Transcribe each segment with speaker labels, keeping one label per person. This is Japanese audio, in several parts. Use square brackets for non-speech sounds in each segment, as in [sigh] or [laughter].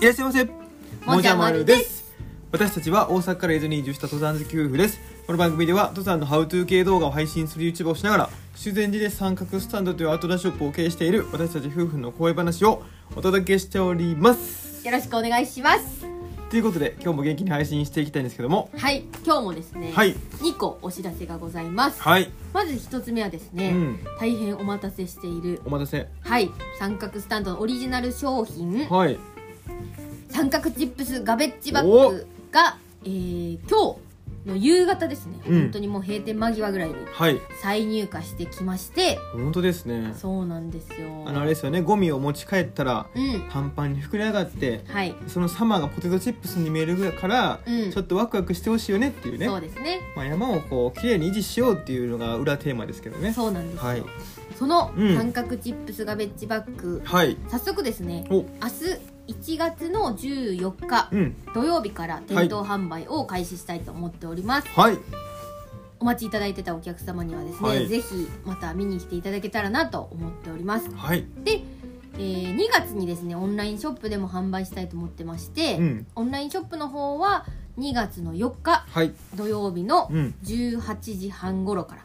Speaker 1: いらっしゃいませ
Speaker 2: もじゃまるです
Speaker 1: 私たちは大阪から伊豆に移住した登山好き夫婦ですこの番組では登山のハウトゥー系動画を配信する YouTuber をしながら修善寺で三角スタンドというアウトドアショップを経営している私たち夫婦の声話をお届けしております
Speaker 2: よろしくお願いします
Speaker 1: ということで今日も元気に配信していきたいんですけども
Speaker 2: はい今日もですね、
Speaker 1: はい
Speaker 2: 2個お知らせがございます、
Speaker 1: はい
Speaker 2: まず1つ目はですね、
Speaker 1: うん
Speaker 2: 大変お待たせしている
Speaker 1: お待たせ
Speaker 2: はい三角スタンドのオリジナル商品
Speaker 1: はい
Speaker 2: 三角チップスガベッジバッグが、えー、今日の夕方ですね、
Speaker 1: うん
Speaker 2: 本当にもう閉店間際ぐらいに
Speaker 1: はい
Speaker 2: 再入荷してきまして
Speaker 1: 本当ですね
Speaker 2: そうなんですよ
Speaker 1: あのあれですよねゴミを持ち帰ったら
Speaker 2: うん
Speaker 1: パンパンに膨れ上がって
Speaker 2: はい、
Speaker 1: そのサマーがポテトチップスに見えるから、
Speaker 2: うん
Speaker 1: ちょっとワクワクしてほしいよねっていうね
Speaker 2: そうですね
Speaker 1: まあ、山をこう綺麗に維持しようっていうのが裏テーマですけどね
Speaker 2: そうなんですよ、
Speaker 1: はい
Speaker 2: その
Speaker 1: うん
Speaker 2: 三角チップスガベッジバッグ、
Speaker 1: はい
Speaker 2: 早速ですね
Speaker 1: お
Speaker 2: 明日1月の14日
Speaker 1: うん
Speaker 2: 土曜日から店頭販売を開始したいと思っております、
Speaker 1: はい
Speaker 2: お待ちいただいてたお客様にはですね、
Speaker 1: はい
Speaker 2: ぜひまた見に来ていただけたらなと思っております
Speaker 1: はい
Speaker 2: で、えー2月にですねオンラインショップでも販売したいと思ってまして、
Speaker 1: うん
Speaker 2: オンラインショップの方は2月の4日
Speaker 1: はい
Speaker 2: 土曜日の
Speaker 1: うん
Speaker 2: 18時半頃から、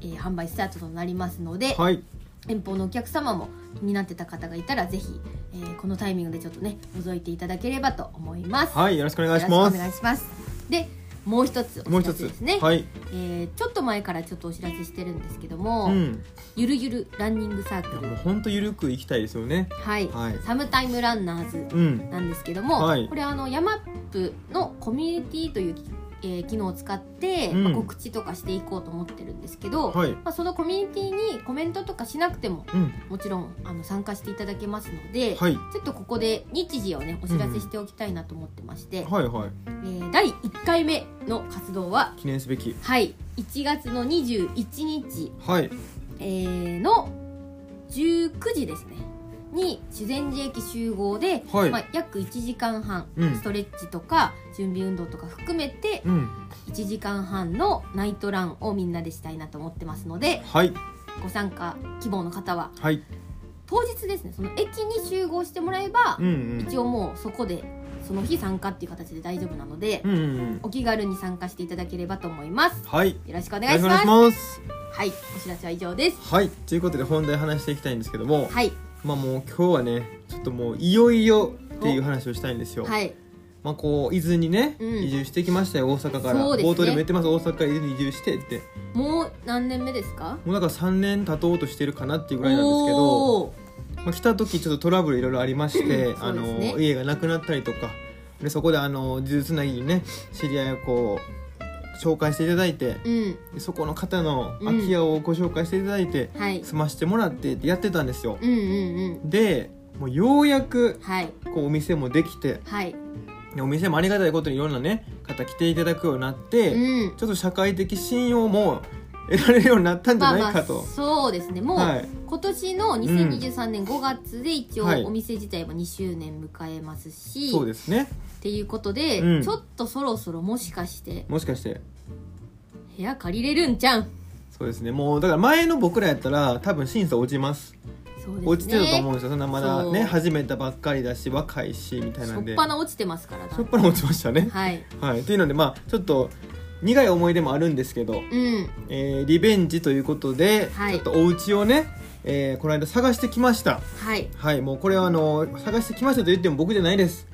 Speaker 2: えー販売スタートとなりますので、
Speaker 1: はい
Speaker 2: 遠方のお客様も気になってた方がいたらぜひ、えーこのタイミングでちょっとね覗いていただければと思います、
Speaker 1: はいよろしくお願いし
Speaker 2: よろ
Speaker 1: ま
Speaker 2: しくお願
Speaker 1: す
Speaker 2: いしますでもう一つ
Speaker 1: も
Speaker 2: お
Speaker 1: う
Speaker 2: 知ら
Speaker 1: 一
Speaker 2: せ
Speaker 1: つ
Speaker 2: ですね、
Speaker 1: はい
Speaker 2: えーちょっと前からちょっとお知らせしてるんですけども、
Speaker 1: うん
Speaker 2: ゆるゆるランニングサーク
Speaker 1: もう
Speaker 2: ル
Speaker 1: 本当ゆるくいきたいですよね
Speaker 2: はい、
Speaker 1: はい
Speaker 2: サムタイムランナーズ
Speaker 1: うん
Speaker 2: なんですけども、
Speaker 1: はい
Speaker 2: これあのヤマップのコミュニティという、えー機能を使って、
Speaker 1: うん
Speaker 2: まあ告知とかしていこうと思ってるんですけど、
Speaker 1: はい
Speaker 2: まあ、そのコミュニティにコメントとかしなくても
Speaker 1: うん
Speaker 2: もちろんあの参加していただけますので、
Speaker 1: はい
Speaker 2: ちょっとここで日時をねお知らせしておきたいなと思ってまして、
Speaker 1: はいはい
Speaker 2: えー第1回目の活動は
Speaker 1: 記念すべき
Speaker 2: はい1月の21日、
Speaker 1: はい
Speaker 2: えーの19時ですねに修善寺駅集合で、
Speaker 1: はい
Speaker 2: まあ、約1時間半、
Speaker 1: うん
Speaker 2: ストレッチとか準備運動とか含めて
Speaker 1: うん
Speaker 2: 1時間半のナイトランをみんなでしたいなと思ってますので
Speaker 1: はい
Speaker 2: ご参加希望の方は
Speaker 1: はい
Speaker 2: 当日ですねその駅に集合してもらえば
Speaker 1: うん、うん
Speaker 2: 一応もうそこでその日参加っていう形で大丈夫なので、
Speaker 1: うんうんうん
Speaker 2: お気軽に参加していただければと思います
Speaker 1: はいよ
Speaker 2: よろしくお
Speaker 1: ろ
Speaker 2: 願い
Speaker 1: し
Speaker 2: し
Speaker 1: くお
Speaker 2: ます
Speaker 1: 願いします
Speaker 2: はいお知らせは以上です
Speaker 1: はいということで本題話していきたいんですけども
Speaker 2: はい
Speaker 1: まあもう今日はねちょっともういよいよっていう話をしたいんですよ、
Speaker 2: はい
Speaker 1: まあこう伊豆にね、
Speaker 2: うん
Speaker 1: 移住してきましたよ大阪から、
Speaker 2: そうですね
Speaker 1: 冒頭でも言ってます大阪から伊豆に移住してって
Speaker 2: もう何年目ですか
Speaker 1: もうだから3年経とうとしてるかなっていうぐらいなんですけど、
Speaker 2: おー
Speaker 1: まあ、来た時ちょっとトラブルいろいろありまして、
Speaker 2: [clears throat]
Speaker 1: あ
Speaker 2: そうですね
Speaker 1: の家がなくなったりとかでそこであの呪術つなぎにね知り合いをこう紹介していただいて
Speaker 2: うん
Speaker 1: でそこの方の
Speaker 2: うん
Speaker 1: 空き家をご紹介していただいて、
Speaker 2: はい
Speaker 1: 住ましてもらってってやってたんですよ
Speaker 2: う、んうんうん
Speaker 1: でもうようやく
Speaker 2: はい
Speaker 1: こうお店もできて
Speaker 2: はい
Speaker 1: でお店もありがたいことにいろんなね方来ていただくようになって、
Speaker 2: うん
Speaker 1: ちょっと社会的信用も得られるようになったんじゃない
Speaker 2: まあ
Speaker 1: かと、
Speaker 2: そうですねもう、
Speaker 1: はい
Speaker 2: 今年の2023年5月で一応
Speaker 1: はい
Speaker 2: お店自体は2周年迎えますし、
Speaker 1: そうですね
Speaker 2: っていうことで、
Speaker 1: うん
Speaker 2: ちょっとそろそろもしかして
Speaker 1: もしかして
Speaker 2: 部屋借りれるんじゃん
Speaker 1: そうですねもうだから前の僕らやったら多分審査落ちます
Speaker 2: そうですね
Speaker 1: 落ちてたと思うんですよそんなまだね
Speaker 2: そう
Speaker 1: 始めたばっかりだし若いしみたいなん
Speaker 2: しょ
Speaker 1: で
Speaker 2: っぱな落ちてますからだ
Speaker 1: しょっぱな落ちましたね
Speaker 2: はい
Speaker 1: はいというのでまあちょっと苦い思い出もあるんですけど、
Speaker 2: うん
Speaker 1: えーリベンジということで、
Speaker 2: はい
Speaker 1: ちょっとお家をね、えーこの間探してきました
Speaker 2: はい
Speaker 1: はい、もうこれはあの探してきましたと言っても僕じゃないです。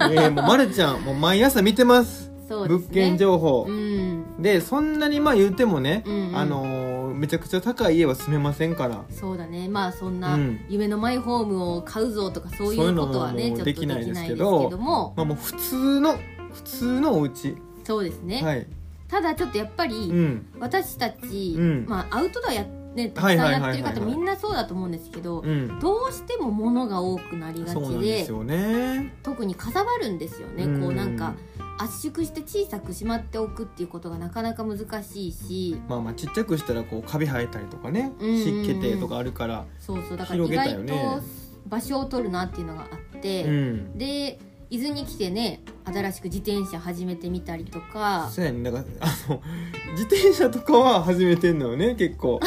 Speaker 1: え
Speaker 2: [laughs]
Speaker 1: ー、もうまるちゃん、もう毎朝見てます。
Speaker 2: そうですね
Speaker 1: 物件情報
Speaker 2: う。ん
Speaker 1: で、そんなにまあ言ってもね、
Speaker 2: うんうん
Speaker 1: あのーめちゃくちゃ高い家は住めませんから。
Speaker 2: そうだねまあそんな
Speaker 1: うん
Speaker 2: 夢のマイホームを買うぞとかそうい
Speaker 1: そういう
Speaker 2: う
Speaker 1: の
Speaker 2: こ
Speaker 1: も
Speaker 2: とはね
Speaker 1: もう
Speaker 2: ちょっと
Speaker 1: で
Speaker 2: で
Speaker 1: き
Speaker 2: き
Speaker 1: な
Speaker 2: ないい
Speaker 1: で
Speaker 2: ですす
Speaker 1: け
Speaker 2: け
Speaker 1: ど
Speaker 2: ども
Speaker 1: まあもう普通の普通のお家。
Speaker 2: そうですね、
Speaker 1: はい。
Speaker 2: ただちょっとやっぱり、
Speaker 1: うん
Speaker 2: 私たち、
Speaker 1: うん
Speaker 2: まあ、アウトドアやねたく
Speaker 1: は
Speaker 2: さ
Speaker 1: い
Speaker 2: ん
Speaker 1: はいはいは
Speaker 2: や
Speaker 1: い
Speaker 2: っ
Speaker 1: はい
Speaker 2: てる方みんなそうだと思うんですけど、
Speaker 1: うん。
Speaker 2: どうしても物が多くなりがち
Speaker 1: そうなんで
Speaker 2: です
Speaker 1: よね。
Speaker 2: 特にかさばるんですよね、こうなんか
Speaker 1: ん。
Speaker 2: 圧縮して小さくしまっておくっていうことがなかなか難しいし
Speaker 1: まあまあちっちゃくしたらこうカビ生えたりとかね、
Speaker 2: うんうんうん
Speaker 1: 湿気てとかあるから。
Speaker 2: そうそうだから意
Speaker 1: 広げたよ
Speaker 2: 外
Speaker 1: ね
Speaker 2: と場所を取るなっていうのがあって、
Speaker 1: うん。
Speaker 2: で伊豆に来てね新しく自転車始めてみたりとか [laughs]
Speaker 1: そうやね、なんかあの自転車とかは始めてんのよね、結構。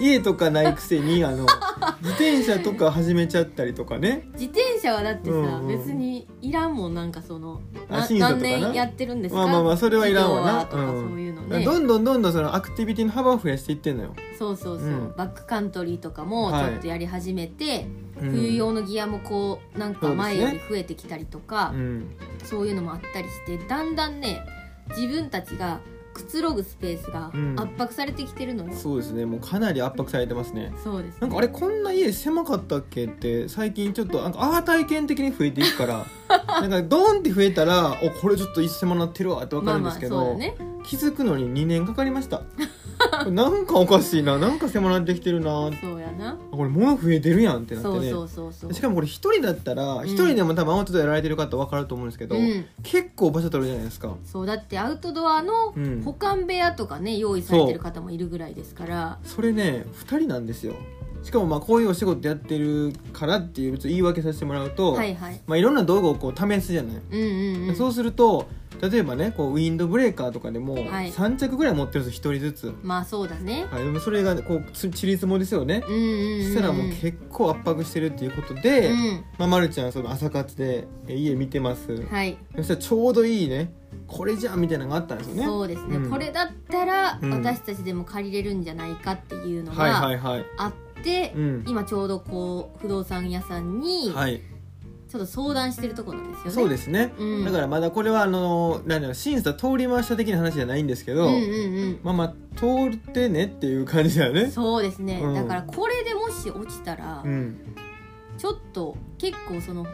Speaker 1: 家とかないくせにあの自転車とか始めちゃったりとかね
Speaker 2: 自転車はだってさ、
Speaker 1: うんうん
Speaker 2: 別にいらんもんなんかその
Speaker 1: あ
Speaker 2: な
Speaker 1: 審査と
Speaker 2: 何
Speaker 1: かな
Speaker 2: 年やってるんですか
Speaker 1: まあまあまあそれはいらんわな
Speaker 2: 授業はと
Speaker 1: う
Speaker 2: か
Speaker 1: ん
Speaker 2: そういうの
Speaker 1: だから
Speaker 2: ね、
Speaker 1: どんどんどんどんそのアクティビティの幅を増やしていってんのよ、
Speaker 2: そうそうそう、
Speaker 1: うん
Speaker 2: バックカントリーとかもちょっとやり始めて、
Speaker 1: うん
Speaker 2: 冬用のギアもこうなんか前より増えてきたりとか
Speaker 1: う
Speaker 2: そう,、
Speaker 1: ん
Speaker 2: いうのもあったりしてだんだんね自分たちがくつろぐスペースが
Speaker 1: うん
Speaker 2: 圧迫されてきてるのよ、
Speaker 1: そうですねもうかなり圧迫されてますね
Speaker 2: そうです、ね、
Speaker 1: なんかあれこんな家狭かったっけって最近ちょっとなんかアー体験的に増えていくから
Speaker 2: [laughs]
Speaker 1: なんかドーンって増えたらおこれちょっと一狭なってるわってわかるんですけど、
Speaker 2: まあまあそうだね
Speaker 1: 気づくのに2年かかりました [laughs] これなんかおかしいななんか狭なってきてるなあ
Speaker 2: そうやな、
Speaker 1: これ物増えてるやんってなって
Speaker 2: そ
Speaker 1: ね
Speaker 2: うそうそうそう
Speaker 1: しかもこれ一人だったら
Speaker 2: ん
Speaker 1: 一人でも多分アウトドアやられてる方分かると思うんですけど、
Speaker 2: うん
Speaker 1: 結構場所取るじゃないですか
Speaker 2: そうだってアウトドアの
Speaker 1: うん
Speaker 2: 保管部屋とかね用意されてる方もいるぐらいですから
Speaker 1: それね2人なんですよしかもまあこういうお仕事やってるからっていう別に言い訳させてもらうと、
Speaker 2: はいいはい
Speaker 1: まあ、いろんな道具をこう試すじゃない、
Speaker 2: うんうんうん
Speaker 1: そうすると例えばねこうウィンドブレーカーとかでも
Speaker 2: はい
Speaker 1: 3着ぐらい持ってるんですよ1人ずつ、
Speaker 2: まあそうだね
Speaker 1: はい、でもそれがこうつちり積もりですよね、
Speaker 2: うんうんうん
Speaker 1: そしたらもう結構圧迫してるっていうことで、
Speaker 2: うん
Speaker 1: まあ、まるちゃんはその朝活でえ家見てます、
Speaker 2: はい
Speaker 1: そしたらちょうどいいねこれじゃんみたいなのがあったんですよね
Speaker 2: そうですね、
Speaker 1: うん
Speaker 2: これだったら
Speaker 1: うん
Speaker 2: 私たちでも借りれるんじゃないかっていうの
Speaker 1: はいは
Speaker 2: が
Speaker 1: いはい
Speaker 2: あって、
Speaker 1: うん
Speaker 2: 今ちょうどこう不動産屋さんに
Speaker 1: はい
Speaker 2: ちょっと相談してるところなんですよね。
Speaker 1: そうですね、
Speaker 2: うん
Speaker 1: だからまだこれはあのなんだろう審査通りました的な話じゃないんですけど、
Speaker 2: うんうん
Speaker 1: まあまあ通ってねっていう感じだよ
Speaker 2: うん、
Speaker 1: ね
Speaker 2: そうですね、
Speaker 1: うん
Speaker 2: だからこれでもし落ちたら、
Speaker 1: うん
Speaker 2: ちょっと結構その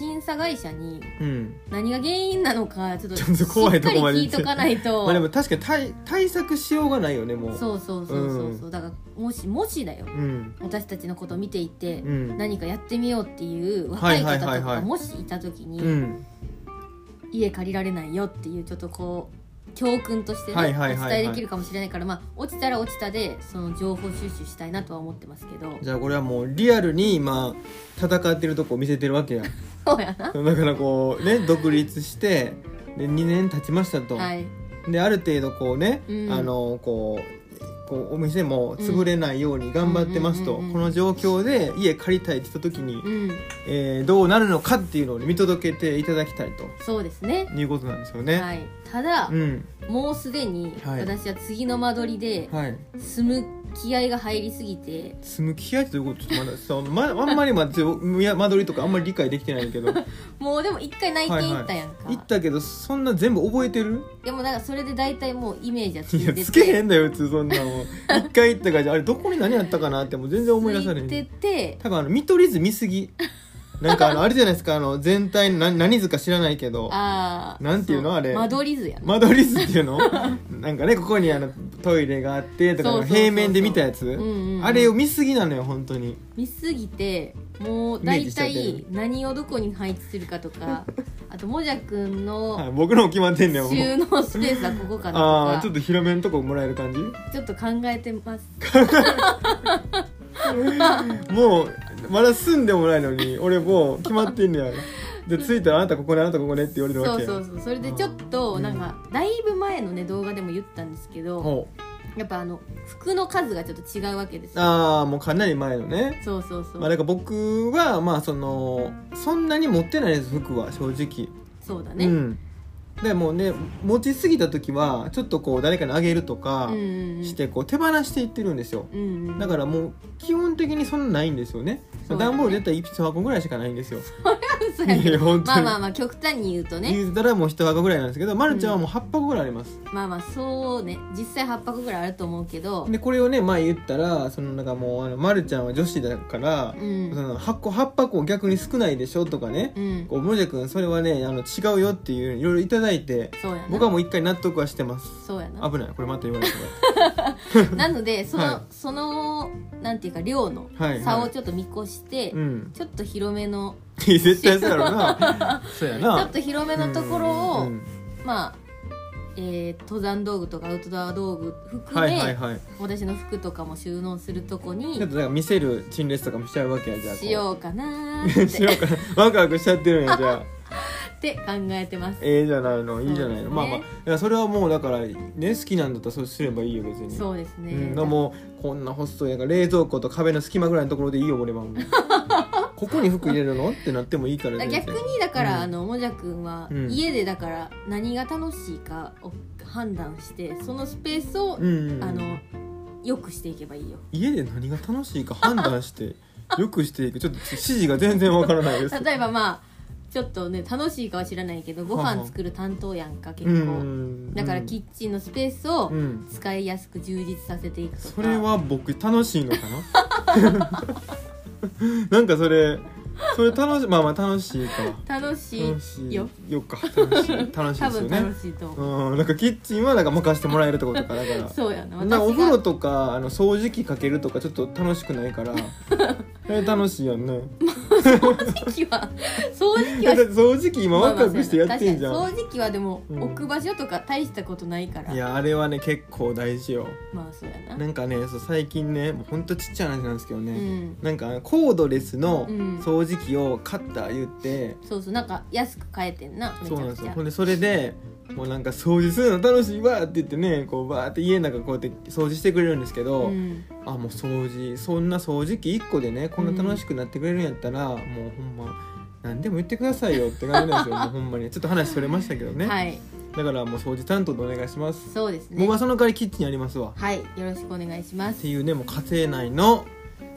Speaker 2: 審査会社に
Speaker 1: うん
Speaker 2: 何が原因なのかちょっと
Speaker 1: ちょっと怖いとこまで
Speaker 2: しっかり聞いとかないと、
Speaker 1: まあでも確かに対対策しようがないよねもう
Speaker 2: そうそうそうそうそうだからもしもしだよ
Speaker 1: うん
Speaker 2: 私たちのことを見ていて、
Speaker 1: うん
Speaker 2: 何かやってみようっていう
Speaker 1: は
Speaker 2: 若
Speaker 1: い
Speaker 2: い
Speaker 1: はい
Speaker 2: 方と
Speaker 1: はいはい
Speaker 2: かがもしいた時に、
Speaker 1: うん
Speaker 2: 家借りられないよっていうちょっとこう教訓としてね、
Speaker 1: はいはいはいはい
Speaker 2: お伝えできるかもしれないからまあ落ちたら落ちたでその情報収集したいなとは思ってますけど
Speaker 1: じゃあこれはもうリアルに今戦ってるとこを見せてるわけや
Speaker 2: そうや
Speaker 1: [laughs] だ
Speaker 2: な
Speaker 1: からこうね独立してで2年経ちましたと、
Speaker 2: はい
Speaker 1: である程度こうね、
Speaker 2: うん
Speaker 1: あのこうこうお店も潰れないように頑張ってますと、
Speaker 2: うんうんうんうん
Speaker 1: この状況で家借りたいって言った時に、
Speaker 2: うん
Speaker 1: えーどうなるのかっていうのを見届けていただきたいと
Speaker 2: そうですね
Speaker 1: いうことなんですよね。
Speaker 2: はいただ、
Speaker 1: うん
Speaker 2: もうすでに
Speaker 1: はい
Speaker 2: 私は次の間取りで
Speaker 1: はい、
Speaker 2: 住む気合が入りすぎて
Speaker 1: 住む気合いということちょっとまだ [laughs] そう、まあんまりまずいや間取りとかあんまり理解できてないけ
Speaker 2: [laughs]
Speaker 1: ど
Speaker 2: もうでも一回内見行ったやんか、
Speaker 1: 行ったけどそんな全部覚えてる
Speaker 2: でもなんかそれで大体もうイメージはつ
Speaker 1: い
Speaker 2: い
Speaker 1: や
Speaker 2: て
Speaker 1: つけへ
Speaker 2: て
Speaker 1: んだよ普通そんなの一回行ったからじゃああれどこに何やったかなってもう全然思い出されへ
Speaker 2: つ
Speaker 1: ん
Speaker 2: いてて
Speaker 1: 多分あの見取り図見すぎなんかあのあれじゃないですかあの全体の何何図か知らないけど
Speaker 2: ああ
Speaker 1: なんていうのあれ
Speaker 2: 間取り図やな
Speaker 1: 間取り図っていうのなんかねここにあのトイレがあってと
Speaker 2: そ
Speaker 1: か
Speaker 2: うそうそうそう
Speaker 1: 平面で見たや
Speaker 2: うん
Speaker 1: つ
Speaker 2: うんうん
Speaker 1: あれを見すぎなのよ本当に
Speaker 2: 見すぎてもう
Speaker 1: イメー
Speaker 2: 大
Speaker 1: ジしちゃってる
Speaker 2: 体何をどこに配置するかとか
Speaker 1: [laughs]
Speaker 2: あともじゃくん
Speaker 1: はい
Speaker 2: の
Speaker 1: 僕のも決まってんねんもう
Speaker 2: 収納スペースはここか
Speaker 1: ああ
Speaker 2: な
Speaker 1: ち
Speaker 2: と
Speaker 1: ょっと
Speaker 2: か
Speaker 1: 広めのとこもらえる感じ
Speaker 2: ちょっと考えてます
Speaker 1: もうまだ住んでもないのに俺もう決まってんねやで着いたらあなたここねあなたここねって言われる
Speaker 2: そ
Speaker 1: わ
Speaker 2: う
Speaker 1: けや
Speaker 2: そうそうそれでちょっと
Speaker 1: うん
Speaker 2: なんかだいぶ前のね動画でも言ったんですけど
Speaker 1: ほう
Speaker 2: やっぱあの服の数がちょっと違うわけですよ
Speaker 1: ああもうかなり前のね
Speaker 2: そうそうそ
Speaker 1: まあ、
Speaker 2: う
Speaker 1: だから僕はまあそのそんなに持ってないです服は正直、
Speaker 2: そうだね
Speaker 1: う
Speaker 2: うん
Speaker 1: んでもうね持ちすぎた時はちょっとこう誰かにあげるとか
Speaker 2: うんうん
Speaker 1: してこう手放していってるんですよ
Speaker 2: うんうん
Speaker 1: だからもう基本的にそんなないんですよね
Speaker 2: そうだね
Speaker 1: 段ボール絶対1箱ぐらいしかないんですよ
Speaker 2: そうやけど
Speaker 1: いや [laughs] 本当
Speaker 2: まあ
Speaker 1: に
Speaker 2: まあまあ極端に言うとね
Speaker 1: 言うたらもう1箱ぐらいなんですけど、ま、るちゃんはもう8箱ぐらいあります、
Speaker 2: まあまあそうね実際8箱ぐらいあると思うけど
Speaker 1: でこれをね前言ったらそのなんかもうあの、ま、るちゃんは女子だから、
Speaker 2: う
Speaker 1: そ
Speaker 2: ん
Speaker 1: の箱8箱逆に少ないでしょとかね、
Speaker 2: うん
Speaker 1: こうもじゃくんそれはねあの違うよっていういろいろいただいて
Speaker 2: そうやな
Speaker 1: 僕はもう一回納得はしてます
Speaker 2: そうやな
Speaker 1: 危ないこれまた言われた
Speaker 2: なのでその、
Speaker 1: は
Speaker 2: そのなんていうか量の
Speaker 1: はいはい
Speaker 2: 差をちょっと見越して、
Speaker 1: うん [laughs]
Speaker 2: ちょっと広めの
Speaker 1: 絶対そうやろ
Speaker 2: [laughs]
Speaker 1: なそうや
Speaker 2: ちょ
Speaker 1: な
Speaker 2: っと広めのところを、
Speaker 1: うん
Speaker 2: まあえー登山道具とかアウトドア道具含
Speaker 1: は
Speaker 2: め、
Speaker 1: いはいはい
Speaker 2: 私の服とかも収納すると
Speaker 1: ちょ
Speaker 2: こ
Speaker 1: っ
Speaker 2: に
Speaker 1: となんか見せる陳列とかもしちゃうわけやじゃあこう
Speaker 2: しようかなー
Speaker 1: [laughs]
Speaker 2: っ
Speaker 1: しよ
Speaker 2: て [laughs]
Speaker 1: うかなワクワクしちゃってるんやじゃあ
Speaker 2: って考えてます
Speaker 1: ええじゃないのいいじゃないの、ま
Speaker 2: そう
Speaker 1: あ
Speaker 2: ですね
Speaker 1: まあいやそれはもうだからね好きなんだったらそうすればいいよ別に
Speaker 2: そうですね、
Speaker 1: うん、だからもうこんな細いなんか冷蔵庫と壁の隙間ぐらいのところでいいよ俺はもうここに服入れるのってなってもいいから
Speaker 2: だ
Speaker 1: 全
Speaker 2: から
Speaker 1: 然
Speaker 2: 逆にだから、
Speaker 1: うん
Speaker 2: あのもじゃくんは、
Speaker 1: うん
Speaker 2: 家でだから何が楽しいかを判断してそのスペースを、
Speaker 1: うんうん、
Speaker 2: あのよくしていけばいいよ
Speaker 1: 家で何が楽しいか判断して
Speaker 2: [laughs]
Speaker 1: よくしていくちょっと指示が全然わからないです
Speaker 2: 例えばまあちょっとね楽しいかは知らないけどご飯作る担当やんか結
Speaker 1: う
Speaker 2: 構
Speaker 1: ん
Speaker 2: だからキッチンのスペースを
Speaker 1: うん
Speaker 2: 使いやすく充実させていくとか
Speaker 1: それは僕楽しいのか
Speaker 2: [laughs]
Speaker 1: ななんかそれそれ楽しまあまあ楽しいか
Speaker 2: 楽しい
Speaker 1: 楽しい
Speaker 2: よ
Speaker 1: よか楽しい楽しい
Speaker 2: 多
Speaker 1: ですよ
Speaker 2: 分
Speaker 1: ね
Speaker 2: 楽しいと思う、
Speaker 1: うんなんかキッチンはなんか任せてもらえるってことかだから
Speaker 2: そうやな
Speaker 1: なんかお
Speaker 2: [laughs] 私
Speaker 1: 風呂
Speaker 2: が
Speaker 1: とかあの掃除機かけるとかちょっと楽しくないから
Speaker 2: [laughs]
Speaker 1: え楽しいやんね
Speaker 2: 掃除機は掃除機
Speaker 1: だっ
Speaker 2: は
Speaker 1: て [laughs] 掃除機今若くしてやってんじゃん、
Speaker 2: まあまあそうやな確かに掃除機はでも、
Speaker 1: うん
Speaker 2: 置く場所とか大したことないから
Speaker 1: いやあれはね結構大事よ
Speaker 2: まあそうやな
Speaker 1: なんかねそう最近ねもうほんとちっちゃい話なんですけど
Speaker 2: う
Speaker 1: ね、
Speaker 2: ん
Speaker 1: なんかコードレスの
Speaker 2: うん
Speaker 1: 掃除機を買った言って、
Speaker 2: そうそうなんか安く買えてんなめち
Speaker 1: そうなん
Speaker 2: ゃ
Speaker 1: で
Speaker 2: く
Speaker 1: す
Speaker 2: ち
Speaker 1: よ
Speaker 2: ゃ
Speaker 1: ほんでそれでもうなんか掃除するの楽しいわって言ってねこうバーって家の中こうやって掃除してくれるんですけど、
Speaker 2: うん
Speaker 1: あもう掃除そんな掃除機1個でねこんな楽しくなってくれるんやったら、もうほんま何でも言ってくださいよって感じなんです
Speaker 2: [laughs]
Speaker 1: よもうほんまにちょっと話それましたけどね、
Speaker 2: はい
Speaker 1: だからもう掃除担当でお願いします、
Speaker 2: そうですね
Speaker 1: 僕はその代わりキッチンやりますわ
Speaker 2: はいよろしくお願いしま
Speaker 1: っ
Speaker 2: す
Speaker 1: ていうねもう家庭内の、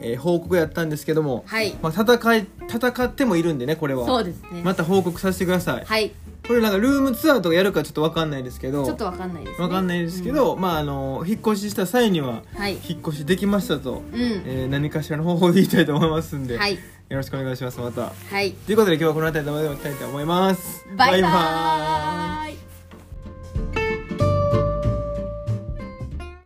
Speaker 1: えー報告やったんですけども、
Speaker 2: はい
Speaker 1: まあ、戦い戦ってもいるんでねこれは
Speaker 2: そうですね
Speaker 1: また報告させてください、
Speaker 2: はい
Speaker 1: これなんかルームツアーとかやるかちょっと分かんないですけど
Speaker 2: ちょっとわかんないですね
Speaker 1: 分かんないですけど、まああの引っ越しした際には
Speaker 2: うんはい
Speaker 1: 引っ越しできましたと、
Speaker 2: うん
Speaker 1: えー何かしらの方法で言いたいと思いますんで、
Speaker 2: はい
Speaker 1: よろしくお願いしますまた
Speaker 2: はい
Speaker 1: ということで今日はこの辺りで終わりたいと思います
Speaker 2: バイバーイ